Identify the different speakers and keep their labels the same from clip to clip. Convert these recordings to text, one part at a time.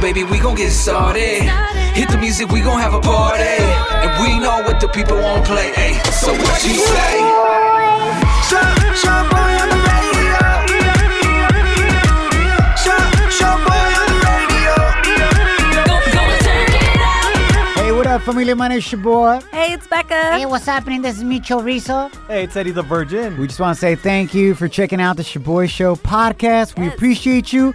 Speaker 1: baby, we gon' get started. Hit the music, we gon' have a party. And we know what the people won't play. Ay, so what you say?
Speaker 2: Hey, what up, familia? My name's Shaboy.
Speaker 3: Hey, it's Becca.
Speaker 4: Hey, what's happening? This is Micho Rizzo.
Speaker 5: Hey, it's Eddie the Virgin.
Speaker 2: We just want to say thank you for checking out the Shaboy Show podcast. We
Speaker 3: Yes.
Speaker 2: appreciate you.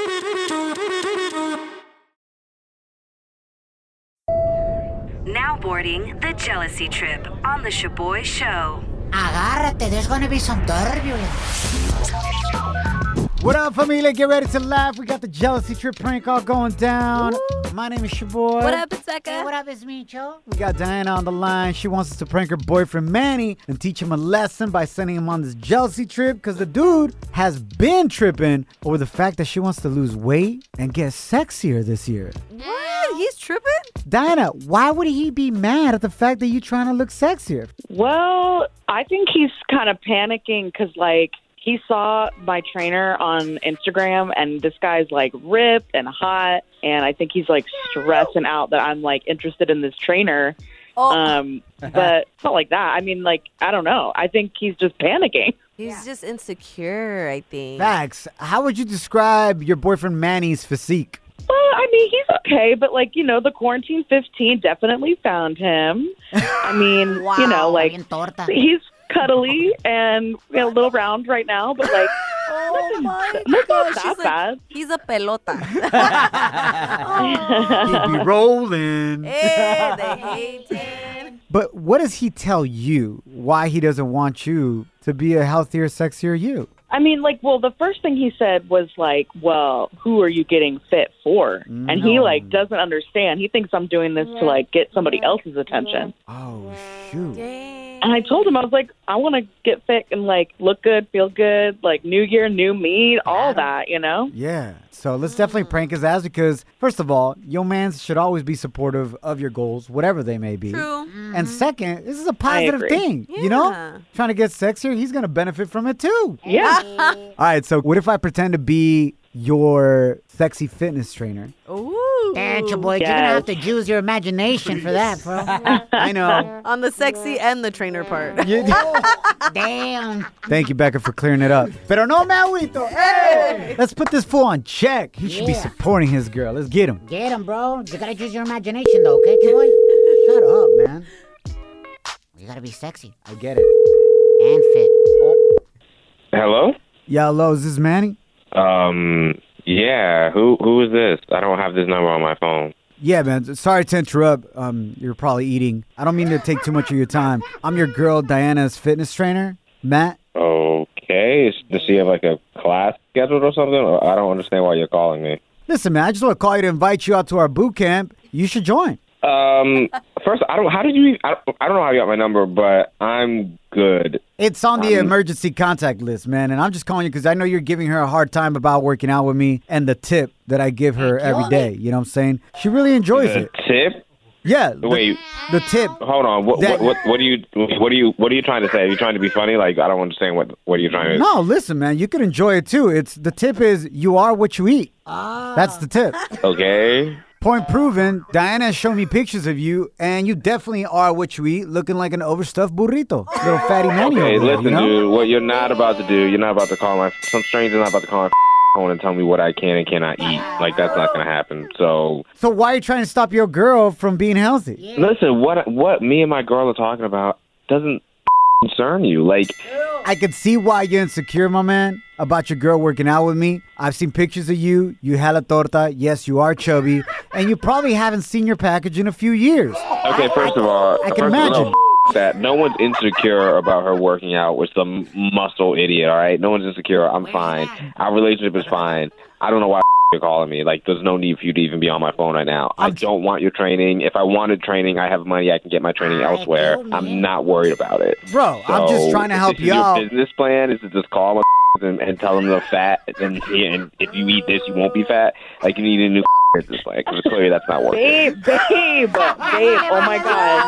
Speaker 6: Now boarding the jealousy trip on the Shaboy Show.
Speaker 4: Agárrate, there's gonna be some turbulence.
Speaker 2: What up, familia? Get ready to laugh. We got the Jealousy Trip prank all going down. My name is Shaboy.
Speaker 3: What up, it's
Speaker 4: Hey, what
Speaker 3: Becca?
Speaker 4: up, it's Micho?
Speaker 2: We got Diana on the line. She wants us to prank her boyfriend Manny and teach him a lesson by sending him on this jealousy trip because the dude has been tripping over the fact that she wants to lose weight and get sexier this year.
Speaker 3: What? He's tripping?
Speaker 2: Diana, why would he be mad at the fact that you're trying to look sexier?
Speaker 7: Well, I think he's kind of panicking because, like, he saw my trainer on Instagram, and this guy's like ripped and hot, and I think he's like stressing out that I'm like interested in this trainer.
Speaker 3: Oh,
Speaker 7: Um, but it's not like that. I mean, like, I don't know. I think he's just panicking.
Speaker 3: he's just insecure, I think.
Speaker 2: Max, how would you describe your boyfriend Manny's physique?
Speaker 7: Well, I mean, he's okay, but like, you know, the quarantine 15 definitely found him. I mean, you know, like,
Speaker 4: Bien torta.
Speaker 7: he's cuddly and you know, a little round right now, but like,
Speaker 3: oh my
Speaker 7: not
Speaker 3: gosh.
Speaker 7: that
Speaker 3: She's like,
Speaker 7: bad.
Speaker 3: he's a pelota.
Speaker 2: He'd be rolling.
Speaker 3: hey, they hate him.
Speaker 2: But what does he tell you why he doesn't want you to be a healthier, sexier you?
Speaker 7: I mean, like, well, the first thing he said was like, "Well, who are you getting fit for?" And he like doesn't understand. He thinks I'm doing this to like get somebody else's attention.
Speaker 2: Oh, shoot.
Speaker 7: And I told him I was like, "I want to get fit and like look good, feel good, like new year, new me, all that, you know."
Speaker 2: Yeah. So let's definitely prank his ass because, first of all, your man should always be supportive of your goals, whatever they may be.
Speaker 3: True. Mm-hmm.
Speaker 2: And second, this is a positive
Speaker 7: agree.
Speaker 2: thing. You know?
Speaker 3: Yeah.
Speaker 2: Trying to get sexier, he's going to benefit from it too.
Speaker 7: Yeah.
Speaker 2: All right. So, what if I pretend to be your sexy fitness trainer?
Speaker 3: Ooh.
Speaker 4: Damn, your boy, you're gonna
Speaker 7: Yes.
Speaker 4: have to use your imagination for that, bro.
Speaker 2: I know.
Speaker 3: On the sexy and the trainer part.
Speaker 2: You-
Speaker 4: Damn.
Speaker 2: Thank you, Becca, for clearing it up. Pero no me agüito. Hey! Let's put this fool on check. He should be
Speaker 4: Yeah.
Speaker 2: supporting his girl. Let's get him.
Speaker 4: Get him, bro. You gotta use your imagination, though, okay, your boy?
Speaker 2: Shut up, man.
Speaker 4: You gotta be sexy
Speaker 2: I get it.
Speaker 4: and fit.
Speaker 8: Hello?
Speaker 2: Yo, hello, is this Manny?
Speaker 8: Um, yeah, who who is this? I don't have this number on my phone.
Speaker 2: Yeah, man. Sorry to interrupt. Um, you're probably eating. I don't mean to take too much of your time. I'm your girl, Diana's fitness trainer, Matt.
Speaker 8: Okay, is, does she have like a class scheduled or something? Or I don't understand why you're calling me.
Speaker 2: Listen, man, I just want to call you to invite you out to our boot camp. You should join.
Speaker 8: Um, first, I don't. How did you? I, I don't know how you got my number, but I'm good.
Speaker 2: It's on the emergency contact list, man. And I'm just calling you because I know you're giving her a hard time about working out with me and the tip that I give her every day. You know what I'm saying? She really enjoys
Speaker 8: The
Speaker 2: it.
Speaker 8: tip?
Speaker 2: Yeah. the-
Speaker 8: Wait,
Speaker 2: The, tip.
Speaker 8: hold on. What,
Speaker 2: That-
Speaker 8: what what what are you what are you what are you trying to say? Are you trying to be funny? Like I don't understand what what are you trying to?
Speaker 2: No, listen, man. You could enjoy it too. It's the tip is you are what you eat. That's the tip.
Speaker 8: Okay.
Speaker 2: Point proven. Diana showed me pictures of you, and you definitely are what you eat, looking like an overstuffed burrito, little fatty man. over
Speaker 8: Hey,
Speaker 2: there,
Speaker 8: listen,
Speaker 2: you know?
Speaker 8: dude. What you're not about to do, you're not about to call my some stranger's not about to call my phone and tell me what I can and cannot eat. Like that's not gonna happen. So
Speaker 2: So why are you trying to stop your girl from being healthy?
Speaker 8: listen, what what me and my girl are talking about doesn't concern you. Like
Speaker 2: I can see why you're insecure, my man, about your girl working out with me. I've seen pictures of you. You had a torta. Yes, you are chubby, and you probably haven't seen your package in a few years.
Speaker 8: okay, first of all,
Speaker 2: I can
Speaker 8: first of all,
Speaker 2: imagine.
Speaker 8: f- that no one's insecure about her working out with some muscle idiot. All right, no one's insecure. I'm fine. Our relationship is fine. I don't know why you're calling me. Like, there's no need for you to even be on my phone right now. I
Speaker 2: I'm-
Speaker 8: don't want your training. If I wanted training, I have money. I can get my training
Speaker 4: I
Speaker 8: elsewhere.
Speaker 4: don't need-
Speaker 8: I'm not worried about it.
Speaker 2: Bro, I'm just
Speaker 8: So,
Speaker 2: trying to
Speaker 8: if
Speaker 2: help
Speaker 8: this
Speaker 2: you
Speaker 8: is
Speaker 2: out.
Speaker 8: Your business plan is to just call my and, and tell them they're fat, and, and if you eat this, you won't be fat. Like you need a new business plan because clearly that's not working.
Speaker 7: Babe, babe, babe. Oh my god.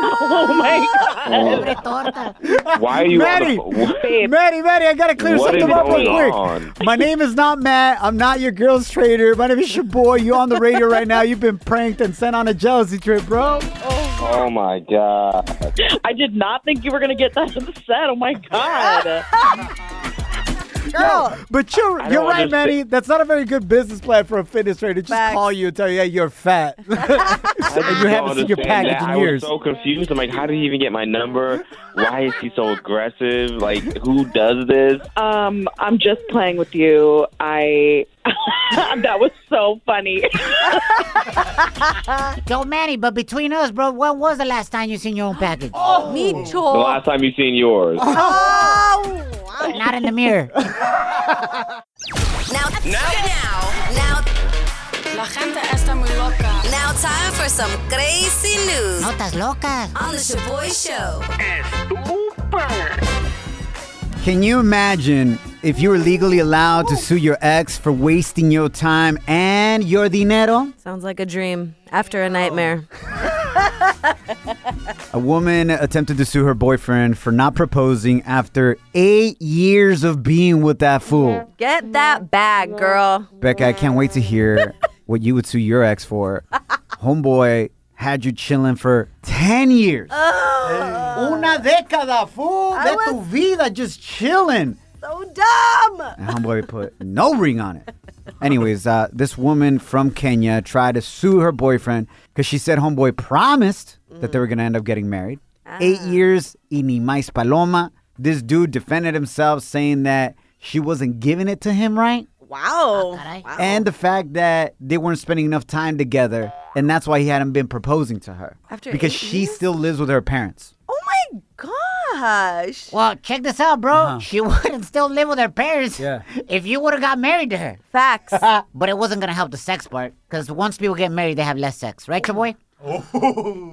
Speaker 7: Oh my god.
Speaker 4: Pobre torta.
Speaker 8: Why are you
Speaker 2: Maddie!
Speaker 8: on the phone?
Speaker 7: Babe,
Speaker 2: Maddie, Maddie, I gotta clear
Speaker 8: What is
Speaker 2: something up real
Speaker 8: going
Speaker 2: quick.
Speaker 8: on?
Speaker 2: My name is not Matt. I'm not your girl's trader. My name is your boy. You on the radio right now. You've been pranked and sent on a jealousy trip, bro.
Speaker 8: Oh my god!
Speaker 7: I did not think you were gonna get that upset. Oh my god.
Speaker 2: No, but you're
Speaker 8: don't
Speaker 2: you're right,
Speaker 8: understand.
Speaker 2: Maddie. That's not a very good business plan for a fitness trader. Just
Speaker 3: Facts.
Speaker 2: call you and tell you, hey, you're fat.
Speaker 8: I just
Speaker 2: you
Speaker 8: don't
Speaker 2: haven't seen your
Speaker 8: understand
Speaker 2: package
Speaker 8: that.
Speaker 2: in
Speaker 8: I
Speaker 2: years.
Speaker 8: was so confused. I'm like, how did he even get my number? Why is he so aggressive? Like, who does this?
Speaker 7: Um, I'm just playing with you. I that was so funny.
Speaker 4: Yo, Manny, but between us, bro, when was the last time you seen your own
Speaker 3: Me
Speaker 4: package?
Speaker 2: Oh.
Speaker 8: The
Speaker 3: chore.
Speaker 8: last time you seen yours.
Speaker 3: Oh, wow.
Speaker 4: Not in the mirror.
Speaker 9: Now, now, now,
Speaker 10: La gente está muy loca.
Speaker 9: now, time for some crazy news
Speaker 4: Notas locas.
Speaker 9: on the Shaboy Show.
Speaker 2: Can you imagine if you were legally allowed to sue your ex for wasting your time and your dinero?
Speaker 3: Sounds like a dream after a nightmare.
Speaker 2: A woman attempted to sue her boyfriend for not proposing after eight years of being with that fool.
Speaker 3: Get that bag, girl.
Speaker 2: Becca, I can't wait to hear what you would sue your ex for. Homeboy had you chilling for 10 years. Una década, fool.
Speaker 3: Oh. I
Speaker 2: De tu vida, just chilling.
Speaker 3: So dumb.
Speaker 2: And homeboy put no ring on it. Anyways, uh, this woman from Kenya tried to sue her boyfriend because she said homeboy promised that they were going to end up getting married.
Speaker 3: Ah.
Speaker 2: Eight years in Imais Paloma. This dude defended himself saying that she wasn't giving it to him right
Speaker 3: Wow.
Speaker 4: Ah, caray.
Speaker 3: Wow.
Speaker 2: and the fact that they weren't spending enough time together, and that's why he hadn't been proposing to her
Speaker 3: After
Speaker 2: because
Speaker 3: eight
Speaker 2: she
Speaker 3: years?
Speaker 2: still lives with her parents.
Speaker 3: oh my gosh.
Speaker 4: Well, check this out, bro. She wouldn't still live with her parents
Speaker 2: Yeah.
Speaker 4: if you would have got married to her. Uh,
Speaker 3: Facts.
Speaker 4: But it wasn't gonna help the sex part, because once people get married, they have less sex, right, your boy?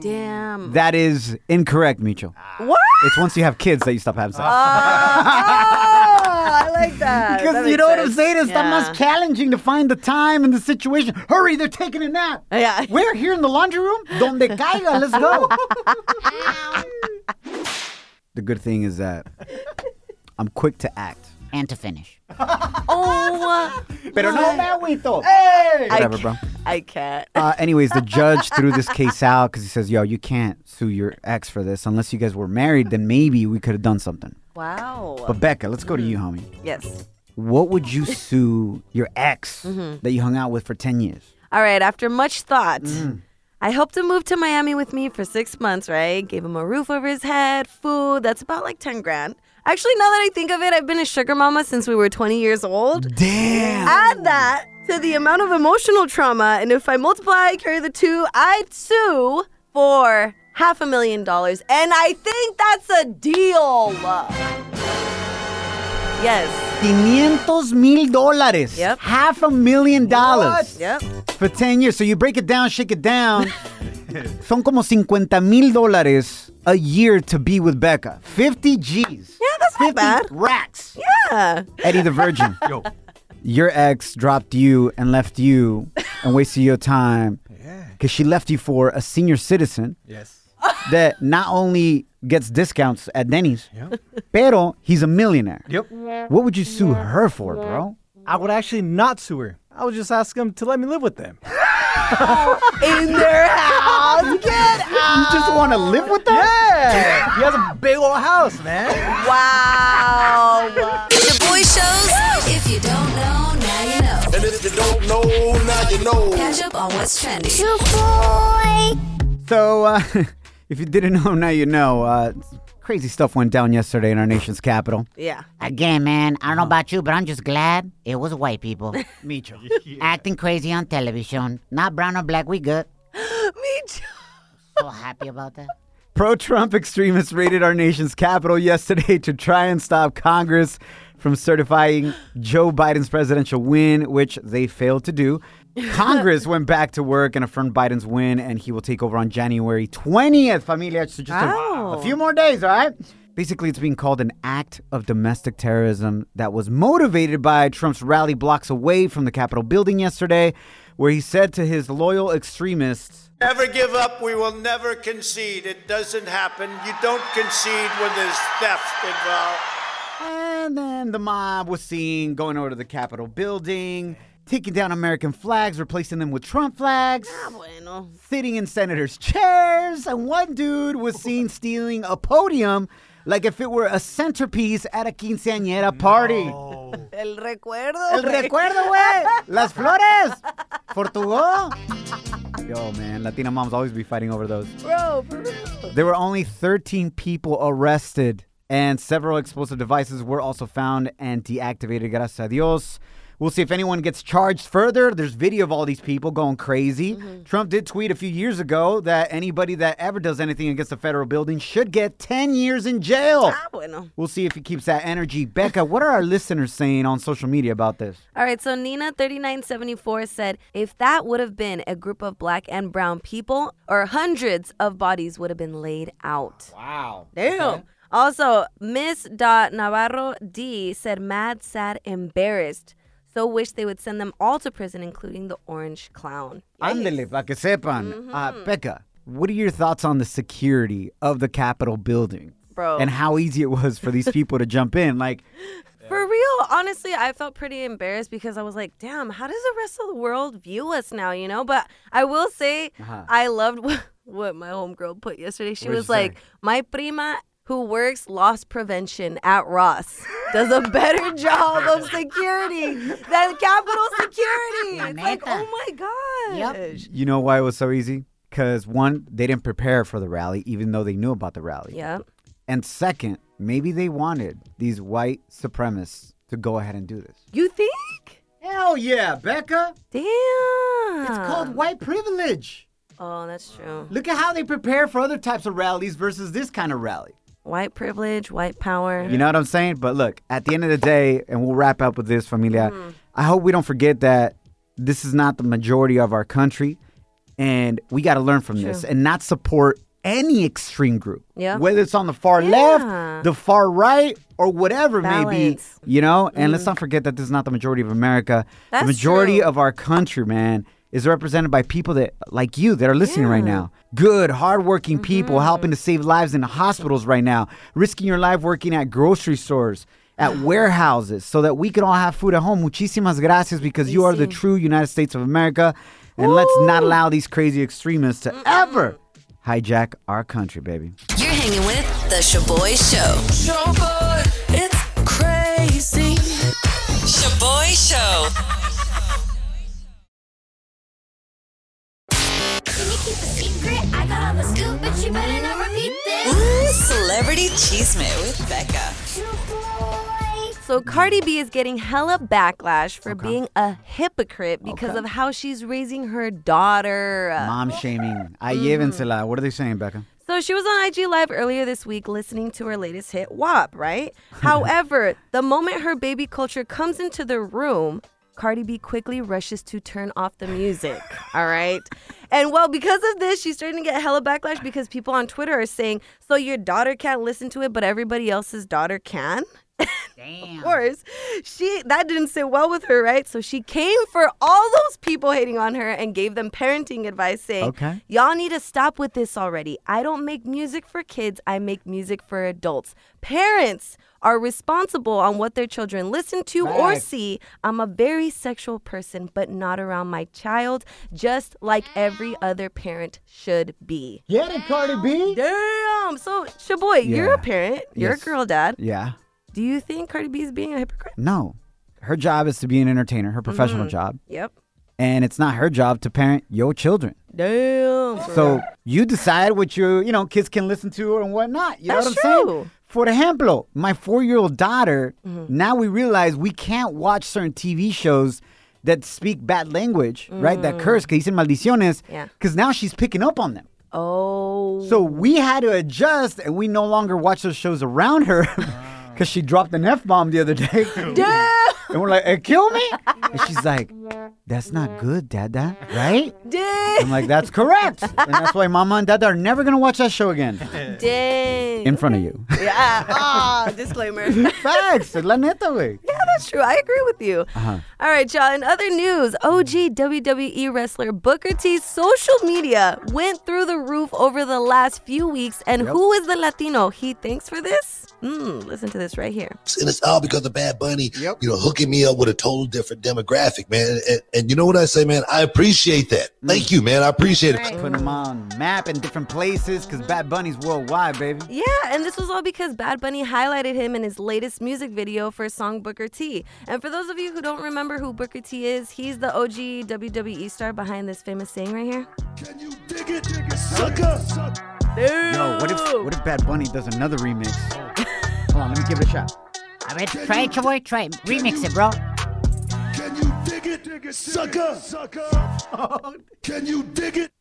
Speaker 3: Damn.
Speaker 2: That is incorrect, Micho.
Speaker 3: What?
Speaker 2: It's once you have kids that you stop having sex.
Speaker 3: Oh, I like that. That
Speaker 2: because you
Speaker 3: makes
Speaker 2: know what I'm
Speaker 3: sense.
Speaker 2: saying? It's the most challenging to find the time and the situation. Hurry, they're taking a nap.
Speaker 3: Yeah.
Speaker 2: We're here in the laundry room. Donde caiga, let's go. the good thing is that I'm quick to act.
Speaker 4: And to finish.
Speaker 3: Oh,
Speaker 2: Pero no me agüito. Hey! Whatever, bro.
Speaker 3: I can't.
Speaker 2: uh, anyways, the judge threw this case out because he says, "Yo, you can't sue your ex for this unless you guys were married. Then maybe we could have done something."
Speaker 3: Wow.
Speaker 2: But Becca, let's go to you, homie.
Speaker 3: Yes.
Speaker 2: What would you sue your ex
Speaker 3: Mm-hmm.
Speaker 2: that you hung out with for ten years?
Speaker 3: All right, after much thought,
Speaker 2: Mm.
Speaker 3: I helped him move to Miami with me for six months, right? Gave him a roof over his head, food, that's about like 10 grand. Actually, now that I think of it, I've been a sugar mama since we were 20 years old.
Speaker 2: Damn.
Speaker 3: Add that to the amount of emotional trauma, and if I multiply, carry the two, I'd sue for half a million dollars. And I think that's a deal. Yes.
Speaker 2: 500 mil dólares.
Speaker 3: Yep.
Speaker 2: Half a million dollars
Speaker 3: Yep.
Speaker 2: for 10 years. So you break it down, shake it down. Son como 50 mil dólares a year to be with Becca. 50 G's.
Speaker 3: Yeah, that's not bad.
Speaker 2: Racks.
Speaker 3: Yeah.
Speaker 2: Eddie the Virgin. Your ex dropped you and left you and wasted your time because she left you for a senior citizen
Speaker 5: Yes.
Speaker 2: that not only gets discounts at Denny's, pero he's a millionaire.
Speaker 5: Yep.
Speaker 2: What would you sue her for, bro?
Speaker 5: I would actually not sue her. I would just ask them to let me live with them.
Speaker 3: In their house. Get
Speaker 2: You just want to live with them?
Speaker 5: Yeah. he has a big old house, man.
Speaker 3: Wow.
Speaker 9: Shaboy Shows. If you don't know, now you know.
Speaker 1: And if you don't know, now you know.
Speaker 9: Catch up on what's trending.
Speaker 2: So, uh, if you didn't know, now you know. Uh, crazy stuff went down yesterday in our nation's capital.
Speaker 3: Yeah.
Speaker 4: Again, man, I don't know about you, but I'm just glad it was white people.
Speaker 2: Micho.
Speaker 4: Acting crazy on television. Not brown or black, we good.
Speaker 3: Me too.
Speaker 4: So happy about that.
Speaker 2: Pro Trump extremists raided our nation's capital yesterday to try and stop Congress from certifying Joe Biden's presidential win, which they failed to do. Congress went back to work and affirmed Biden's win, and he will take over on January 20th, familia. So just a-
Speaker 3: Wow.
Speaker 2: a few more days, all right? Basically, it's being called an act of domestic terrorism that was motivated by Trump's rally blocks away from the Capitol building yesterday, where he said to his loyal extremists,
Speaker 11: Never give up. We will never concede. It doesn't happen. You don't concede when there's theft involved.
Speaker 2: And then the mob was seen going over to the Capitol building, taking down American flags, replacing them with Trump flags,
Speaker 3: Bueno.
Speaker 2: sitting in senators' chairs, and one dude was seen stealing a podium like if it were a centerpiece at a quinceañera party.
Speaker 3: El recuerdo.
Speaker 2: El
Speaker 3: güey.
Speaker 2: recuerdo, güey. Las flores. Portugal. Yo, man, Latina moms always be fighting over those.
Speaker 3: Bro, for real.
Speaker 2: There were only 13 people arrested, and several explosive devices were also found and deactivated, gracias a Dios. We'll see if anyone gets charged further. There's video of all these people going crazy. Trump did tweet a few years ago that anybody that ever does anything against a federal building should get 10 years in jail.
Speaker 3: Ah, bueno.
Speaker 2: We'll see if he keeps that energy. Becca, what are our listeners saying on social media about this?
Speaker 3: All right, so Nina3974 said, if that would have been a group of black and brown people, or hundreds of bodies would have been laid out.
Speaker 2: Wow.
Speaker 3: Damn. Also, Miss Dot Navarro D said, mad, sad, embarrassed. So wish they would send them all to prison, including the orange clown.
Speaker 2: Ándele, pa que sepan. Uh, Becca, what are your thoughts on the security of the Capitol building?
Speaker 3: Bro.
Speaker 2: And how easy it was for these people to jump in. Like,
Speaker 3: For real, honestly, I felt pretty embarrassed because I was like, damn, how does the rest of the world view us now, you know? But I will say,
Speaker 9: Uh-huh.
Speaker 3: I loved what, what my homegirl put yesterday. She
Speaker 2: What did
Speaker 3: was
Speaker 2: she say?
Speaker 3: like, my prima who works loss prevention at Ross does a better job of security than Capitol Security. It's like,
Speaker 4: neta.
Speaker 3: oh my gosh.
Speaker 2: you know why it was so easy? Because one, they didn't prepare for the rally, even though they knew about the rally.
Speaker 3: Yeah.
Speaker 2: And second, maybe they wanted these white supremacists to go ahead and do this.
Speaker 3: You think?
Speaker 2: Hell yeah, Becca.
Speaker 3: Damn.
Speaker 2: It's called white privilege.
Speaker 3: Oh, that's true.
Speaker 2: Look at how they prepare for other types of rallies versus this kind of rally.
Speaker 3: White privilege, white power.
Speaker 2: You know what I'm saying? But look, at the end of the day, and we'll wrap up with this, familia.
Speaker 3: Mm-hmm.
Speaker 2: I hope we don't forget that this is not the majority of our country, and we got to learn from this and not support any extreme group.
Speaker 3: Yeah.
Speaker 2: Whether it's on the far
Speaker 3: Yeah.
Speaker 2: left, the far right, or whatever it may
Speaker 3: Balance. Mm-hmm.
Speaker 2: be, you know. And let's not forget that this is not the majority of America.
Speaker 3: That's
Speaker 2: the majority
Speaker 3: true.
Speaker 2: of our country, man. Is represented by people that like you that are listening right now. Good, hardworking people
Speaker 3: Mm-hmm.
Speaker 2: helping to save lives in hospitals right now, risking your life working at grocery stores, at warehouses, so that we can all have food at home. Muchísimas gracias because you are the true United States of America. And let's not allow these crazy extremists to ever hijack our country, baby.
Speaker 9: You're hanging with The Shaboy Show. Shaboy, it's crazy. Shaboy Show. Can you keep a secret? I got all the scoop, but you better not repeat this. Celebrity Cheesemate with Becca.
Speaker 3: So Cardi B is getting hella backlash for being a hypocrite because of how she's raising her daughter.
Speaker 2: Mom shaming. I
Speaker 3: Mm-hmm.
Speaker 2: llévensela. What are they saying, Becca?
Speaker 3: So she was on IG Live earlier this week listening to her latest hit, WAP, right? However, the moment her baby culture comes into the room, Cardi B quickly rushes to turn off the music, all right? And well, because of this, she's starting to get hella backlash because people on Twitter are saying, so your daughter can't listen to it, but everybody else's daughter can?
Speaker 4: Damn.
Speaker 3: course, she that didn't sit well with her, right? So she came for all those people hating on her and gave them parenting advice, saying,
Speaker 2: Okay.
Speaker 3: "Y'all need to stop with this already. I don't make music for kids. I make music for adults. Parents are responsible on what their children listen to or see. I'm a very sexual person, but not around my child, just like every other parent should be."
Speaker 2: Get it, Cardi B.
Speaker 3: Damn. So, Shaboy, you're
Speaker 2: Yeah.
Speaker 3: a parent. You're
Speaker 2: Yes.
Speaker 3: a girl dad.
Speaker 2: Yeah.
Speaker 3: Do you think Cardi B is being a hypocrite?
Speaker 2: No. Her job is to be an entertainer, her professional
Speaker 3: Mm-hmm.
Speaker 2: job.
Speaker 3: Yep.
Speaker 2: And it's not her job to parent your children.
Speaker 3: Damn.
Speaker 2: So you decide what your, you know, kids can listen to and whatnot. You know
Speaker 3: That's
Speaker 2: what
Speaker 3: true.
Speaker 2: I'm
Speaker 3: Mm-hmm.
Speaker 2: saying? For example, my four-year-old daughter, now we realize we can't watch certain TV shows that speak bad language, right? That curse, que dicen maldiciones,
Speaker 3: Mm. Yeah.
Speaker 2: because now she's picking up on them.
Speaker 3: Oh.
Speaker 2: So we had to adjust, and we no longer watch those shows around her because she dropped an F bomb the other day. And we're like, it killed me? And she's like, that's not good, Dada, right?
Speaker 3: Dang.
Speaker 2: I'm like, that's correct. And that's why Mama and Dada are never going to watch that show again
Speaker 3: Dang.
Speaker 2: in front of you.
Speaker 3: yeah. Ah, disclaimer.
Speaker 2: Facts. La neta, güey.
Speaker 3: Yeah, that's true. I agree with you.
Speaker 2: Uh-huh.
Speaker 3: All right, y'all. In other news, OG WWE E wrestler Booker T's social media went through the roof over the last few weeks. And who is the Latino he thanks for this? Mm, listen to this right here.
Speaker 12: and it's all because of Bad Bunny, you know, hooking me up with a total different demographic, man. And, and you know what I say, man? I appreciate that.
Speaker 2: Mm.
Speaker 12: Thank you, man. I appreciate it.
Speaker 2: Put them on map in different places because Bad Bunny's worldwide, baby.
Speaker 3: Yeah, and this was all because Bad Bunny highlighted him in his latest music video for his song Booker T. And for those of you who don't remember who Booker T is, he's the OG WWE E star behind this famous saying right here.
Speaker 12: Sucker.
Speaker 2: Yo, what if what if Bad Bunny does another remix? Hold on, let me give it a shot.
Speaker 4: A ver, try it, Chaboy, try it. Remix it, bro.
Speaker 12: Dig it, dig it, sucker. Can you dig it?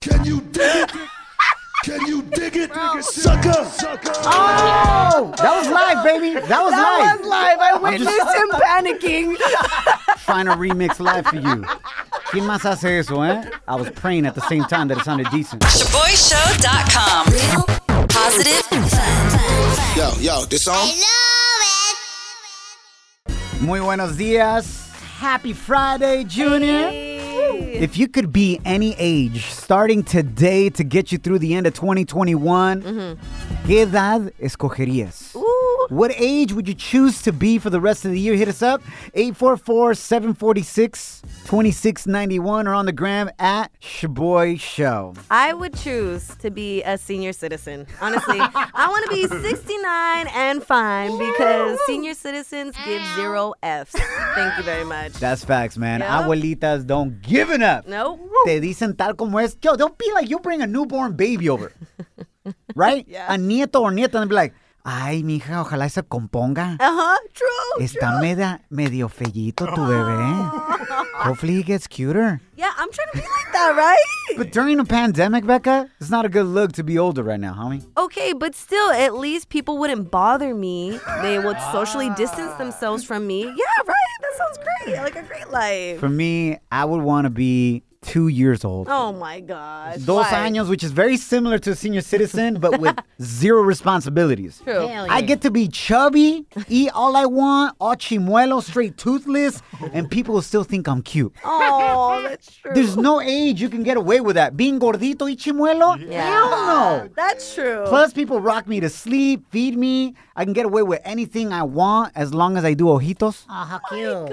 Speaker 12: Can you dig it? Can you dig it, sucker? Sucker.
Speaker 2: Oh, that was live, baby. That was live.
Speaker 3: I
Speaker 2: I'm just-
Speaker 3: panicking.
Speaker 2: Trying to remix live for you. ¿Quién más hace eso, eh? I was praying at the same time that it sounded decent.
Speaker 9: ShaboyShow.com. Real, positive,
Speaker 12: Yo, yo, this song.
Speaker 2: Muy buenos dias. Happy Friday, Junior. If you could be any age starting today to get you through the end of 2021, ¿qué edad escogerías? What age would you choose to be for the rest of the year? Hit us up 844 746 2691 or on the gram at Shaboy Show.
Speaker 3: I would choose to be a senior citizen. Honestly, I want to be 69 and fine because senior citizens give zero Fs. Thank you very much.
Speaker 2: That's facts, man.
Speaker 3: Yeah.
Speaker 2: Abuelitas don't give it up.
Speaker 3: Nope.
Speaker 2: Te dicen tal como es. Yo, don't be like you bring a newborn baby over. right? A nieto or nieta and be like, ay, mija, ojalá se componga.
Speaker 3: Uh huh. True.
Speaker 2: Está meda, medio fellito tu bebé. Hopefully he gets cuter.
Speaker 3: Yeah, I'm trying to be like that, right?
Speaker 2: But during a pandemic, Becca, it's not a good look to be older right now, homie.
Speaker 3: Okay, but still, at least people wouldn't bother me. They would socially distance themselves from me. Yeah, right? That sounds great. Like a great life.
Speaker 2: For me, I would want to be two years old.
Speaker 3: Oh my gosh.
Speaker 2: Dos
Speaker 3: Why?
Speaker 2: años, which is very similar to a senior citizen, but with zero responsibilities.
Speaker 3: True.
Speaker 2: I get to be chubby, eat all I want, all chimuelo, straight toothless, and people will still think I'm cute.
Speaker 3: Oh, that's true.
Speaker 2: There's no age you can get away with that. Being gordito y chimuelo? Hell no.
Speaker 3: That's true.
Speaker 2: Plus, people rock me to sleep, feed me. I can get away with anything I want as long as I do ojitos.
Speaker 4: Oh, how cute.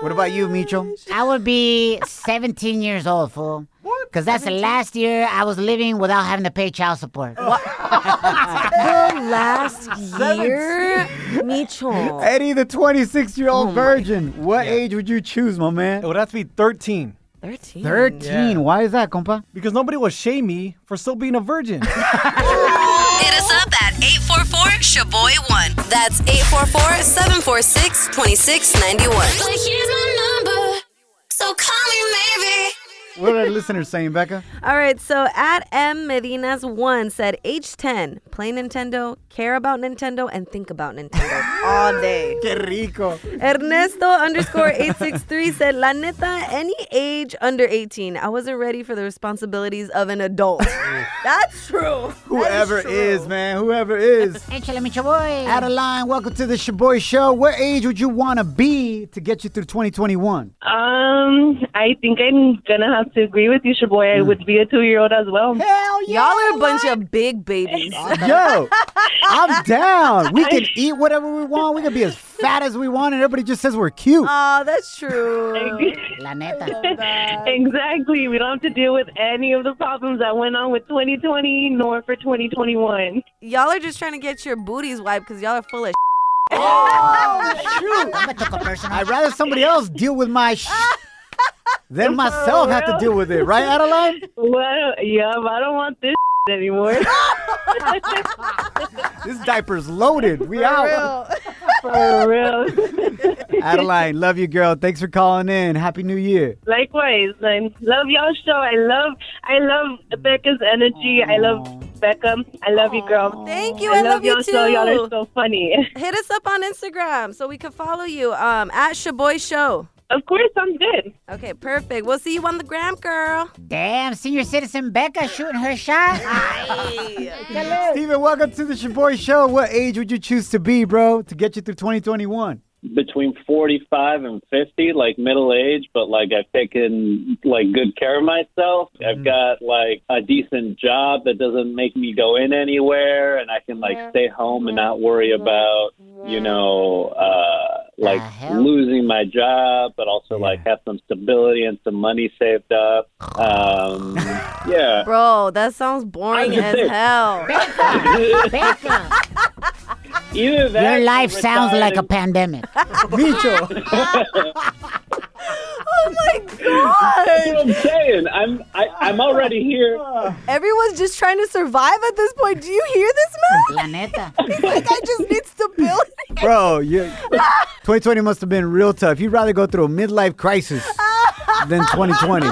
Speaker 2: What about you, Micho?
Speaker 4: I would be 17 years old, fool. Because that's the last year I was living without having to pay child support.
Speaker 3: the last year, Micho.
Speaker 2: Eddie, the 26 year
Speaker 3: Oh
Speaker 2: old
Speaker 3: my-
Speaker 2: virgin. What age would you choose, my
Speaker 5: It
Speaker 2: man?
Speaker 5: would have to be 13.
Speaker 3: 13.
Speaker 2: 13.
Speaker 5: Yeah.
Speaker 2: Why is that, compa?
Speaker 5: Because nobody will shame me for still being a virgin.
Speaker 9: Hit us up at 844-SHABOY1. That's 844-746-2691.
Speaker 10: Here's my number, so call me maybe.
Speaker 2: What are our listeners saying, Becca?
Speaker 3: All right, so at M Medina's one said, age 10, play Nintendo, care about Nintendo, and think about Nintendo all day.
Speaker 2: Qué rico.
Speaker 3: Ernesto underscore 863 said, La neta, any age under 18. I wasn't ready for the responsibilities of an adult. That's true.
Speaker 2: Whoever
Speaker 3: true.
Speaker 2: is, man, whoever is.
Speaker 4: Échale, mi chaboy.
Speaker 2: Ah. Adeline, welcome to the Shaboy Show. What age would you want to be to get you through 2021?
Speaker 7: Um, I think I'm gonna have to agree with you, Shaboy. I would be a two-year-old as well.
Speaker 2: Hell
Speaker 3: Y'all are a bunch of big babies.
Speaker 2: Yo, I'm down. We can eat whatever we want. We can be as fat as we want, and everybody just says we're cute.
Speaker 3: Oh, that's true.
Speaker 4: La neta.
Speaker 7: exactly. We don't have to deal with any of the problems that went on with 2020, nor for 2021.
Speaker 3: Y'all are just trying to get your booties wiped because y'all are full of
Speaker 4: I took a personal.
Speaker 2: Oh, I'd rather somebody else deal with my sh- than myself have to deal with it, right, Adeline?
Speaker 7: Well, yeah, but I don't want this anymore.
Speaker 2: This diaper's loaded. We out.
Speaker 7: For real.
Speaker 2: Adeline, love you, girl. Thanks for calling in. Happy New Year.
Speaker 13: Likewise, I love y'all show. I love, I love Becca's energy. I love Becca. I love you, girl.
Speaker 3: Thank you. I love you
Speaker 13: y'all show.
Speaker 3: too.
Speaker 13: Y'all are so funny.
Speaker 3: Hit us up on Instagram so we can follow you um, at Shaboy Show.
Speaker 13: Of course, I'm good.
Speaker 3: Okay, perfect. We'll see you on the gram, girl.
Speaker 4: Damn, senior citizen Becca shooting her shot.
Speaker 2: Steven, welcome to the Shaboy Show. What age would you choose to be, bro, to get you through 2021?
Speaker 14: between 45 and 50, like middle age, but like I've taken like good care of myself.
Speaker 4: Mm-hmm.
Speaker 14: I've got like a decent job that doesn't make me go in anywhere and I can like stay home and not worry about, you know, uh like losing my job, but also like have some stability and some money saved up. Um yeah.
Speaker 3: Bro, that sounds boring
Speaker 14: just
Speaker 3: as
Speaker 14: saying.
Speaker 3: hell.
Speaker 14: Either that
Speaker 4: Your
Speaker 14: or
Speaker 4: life sounds
Speaker 14: retire
Speaker 4: like a
Speaker 14: and-
Speaker 4: pandemic.
Speaker 3: Oh
Speaker 14: That's what I'm saying. I'm I, I'm already here.
Speaker 3: Everyone's just trying to survive at this point. Do you hear this, man? He's like, I just need stability.
Speaker 2: Bro, you, 2020 must have been real tough. You'd rather go through a midlife crisis than 2020.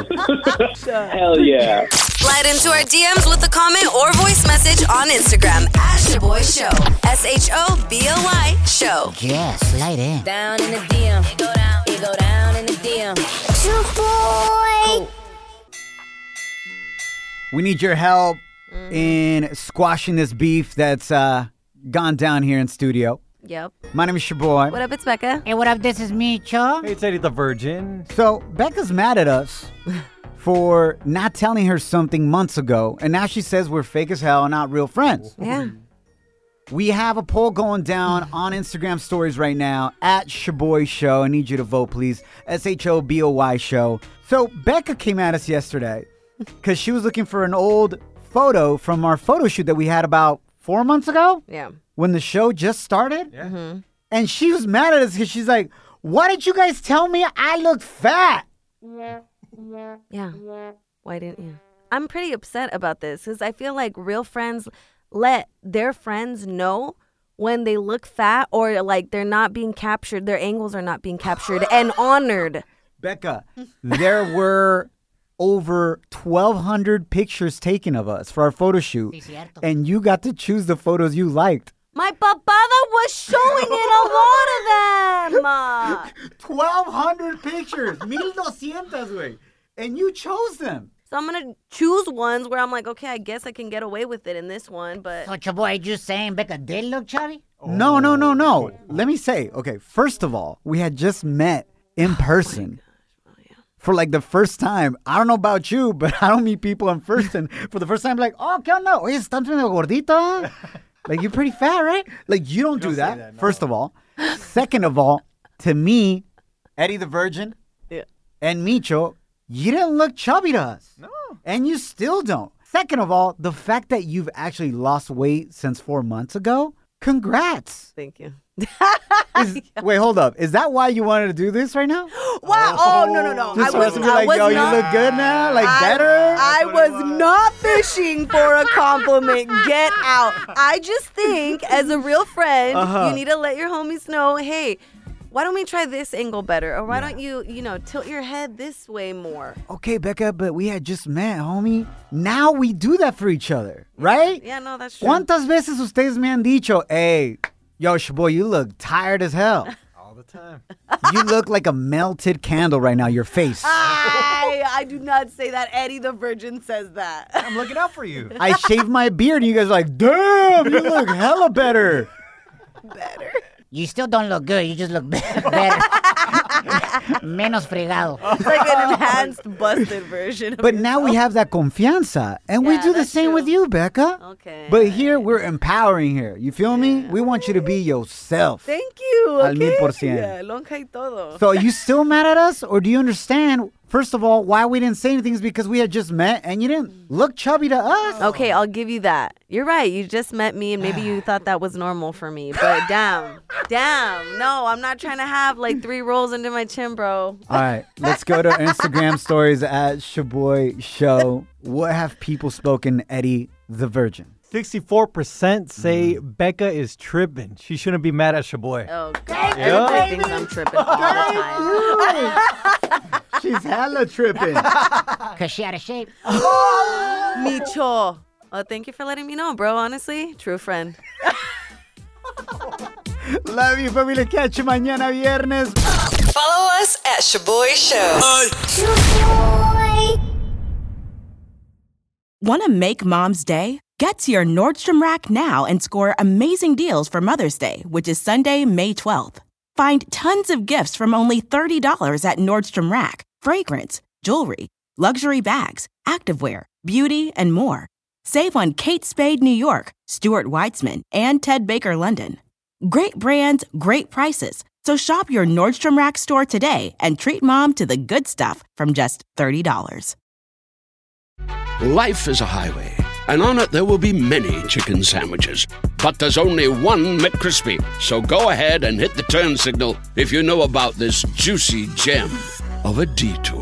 Speaker 14: Hell yeah.
Speaker 9: Slide into our DMs with a comment or voice message on Instagram at Shaboy Show. S H O B O Y Show.
Speaker 4: Yeah, slide in.
Speaker 9: Down in the DM. It go down. It go down in the DM. Shaboy.
Speaker 2: We need your help in squashing this beef that's uh, gone down here in studio.
Speaker 3: Yep.
Speaker 2: My name is your boy.
Speaker 3: What up, it's Becca.
Speaker 4: Hey, what up? This is me, Cho.
Speaker 5: Hey, it's Eddie the Virgin.
Speaker 2: So Becca's mad at us for not telling her something months ago, and now she says we're fake as hell and not real friends.
Speaker 3: Yeah.
Speaker 2: We have a poll going down on Instagram stories right now at Shaboy Show. I need you to vote, please. S H O B O Y Show. So Becca came at us yesterday because she was looking for an old photo from our photo shoot that we had about four months ago
Speaker 3: Yeah.
Speaker 2: when the show just started. And she was mad at us because she's like, Why didn't you guys tell me I look fat?
Speaker 3: Yeah. Why didn't you? I'm pretty upset about this because I feel like real friends let their friends know when they look fat or like they're not being captured, their angles are not being captured and honored.
Speaker 2: Becca, there were over 1,200 pictures taken of us for our photo shoot. And you got to choose the photos you liked.
Speaker 3: My papada was showing it a lot of them. Uh,
Speaker 2: 1,200 pictures, 1,200, güey. And you chose them.
Speaker 3: So I'm gonna choose ones where I'm like, okay, I guess I can get away with it in this one, but
Speaker 4: So, your boy, you saying Becca did look chubby?
Speaker 2: No, no, no, no. Let me say, okay, first of all, we had just met in person. For like the first time, I don't know about you, but I don't meet people in person. For the first time, like, oh, ¿qué onda? Oye, ¿estás medio gordito? like, you're pretty fat, right? Like, you don't, do that, first of all. Second of all, to me, Eddie the Virgin
Speaker 3: Yeah.
Speaker 2: and Micho, you didn't look chubby to us. No. And you still don't. Second of all, the fact that you've actually lost weight since four months ago, congrats.
Speaker 3: thank you.
Speaker 2: Is- wait, hold up. Is that why you wanted to do this right now?
Speaker 3: Wow! Oh, no, no, no!
Speaker 2: Just
Speaker 3: I
Speaker 2: for us
Speaker 3: was,
Speaker 2: to be
Speaker 3: I
Speaker 2: like,
Speaker 3: was
Speaker 2: yo,
Speaker 3: not.
Speaker 2: you look good now, like
Speaker 3: I-
Speaker 2: better.
Speaker 3: I was not fishing for a compliment. Get out. I just think, as a real friend,
Speaker 2: Uh-huh.
Speaker 3: you need to let your homies know, hey, why don't we try this angle better, or why don't you, you know, tilt your head this way more?
Speaker 2: Okay, Becca, but we had just met, homie. Now we do that for each other, right?
Speaker 3: Yeah, no, that's true.
Speaker 2: ¿Cuántas veces ustedes me han dicho, hey, yo, boy, you look tired as hell.
Speaker 5: All the time.
Speaker 2: you look like a melted candle right now, your face.
Speaker 3: I, I do not say that. Eddie the Virgin says that.
Speaker 5: I'm looking out for you.
Speaker 2: I shaved my beard and you guys are like, damn, you look hella better.
Speaker 4: You still don't look good. You just look be- better. Menos fregado.
Speaker 3: It's like an enhanced, busted version. Of
Speaker 2: But now we have that confianza, and we
Speaker 3: Yeah,
Speaker 2: do the
Speaker 3: that's
Speaker 2: same with you, Becca.
Speaker 3: Okay.
Speaker 2: But here we're empowering here. You feel me? We want you to be yourself.
Speaker 3: Thank you.
Speaker 2: Al mil
Speaker 3: okay?
Speaker 2: por cien.
Speaker 3: Yeah, lonja y todo.
Speaker 2: So are you still mad at us, or do you understand? First of all, why we didn't say anything is because we had just met, and you didn't look chubby to us.
Speaker 3: Mm. Okay, I'll give you that. You're right. You just met me, and maybe you thought that was normal for me. But damn, damn. No, I'm not trying to have like three rolls under my chin, bro.
Speaker 2: All right, let's go to Instagram stories at Shaboy Show. What have people spoken, Eddie the Virgin?
Speaker 5: 64% say Becca is tripping. She shouldn't be mad at your boy.
Speaker 3: Oh,
Speaker 5: God.
Speaker 3: Everybody thinks I'm tripping all the time.
Speaker 2: She's hella tripping.
Speaker 4: Cause she out of shape.
Speaker 3: Micho. Well, thank you for letting me know, bro. Honestly, true friend.
Speaker 2: Love you, familia. Catch you mañana viernes.
Speaker 15: Follow us at Shaboy Show.
Speaker 7: Want to make mom's day? Get to your Nordstrom Rack now and score amazing deals for Mother's Day, which is Sunday, May 12th. Find tons of gifts from only $30 at Nordstrom Rack fragrance, jewelry, luxury bags, activewear, beauty, and more. Save on Kate Spade New York, Stuart Weitzman, and Ted Baker London. Great brands, great prices. So shop your Nordstrom Rack store today and treat mom to the good stuff from just $30.
Speaker 9: Life is a highway, and on it there will be many chicken sandwiches. But there's only one McCrispy. So go ahead and hit the turn signal if you know about this juicy gem of a detour.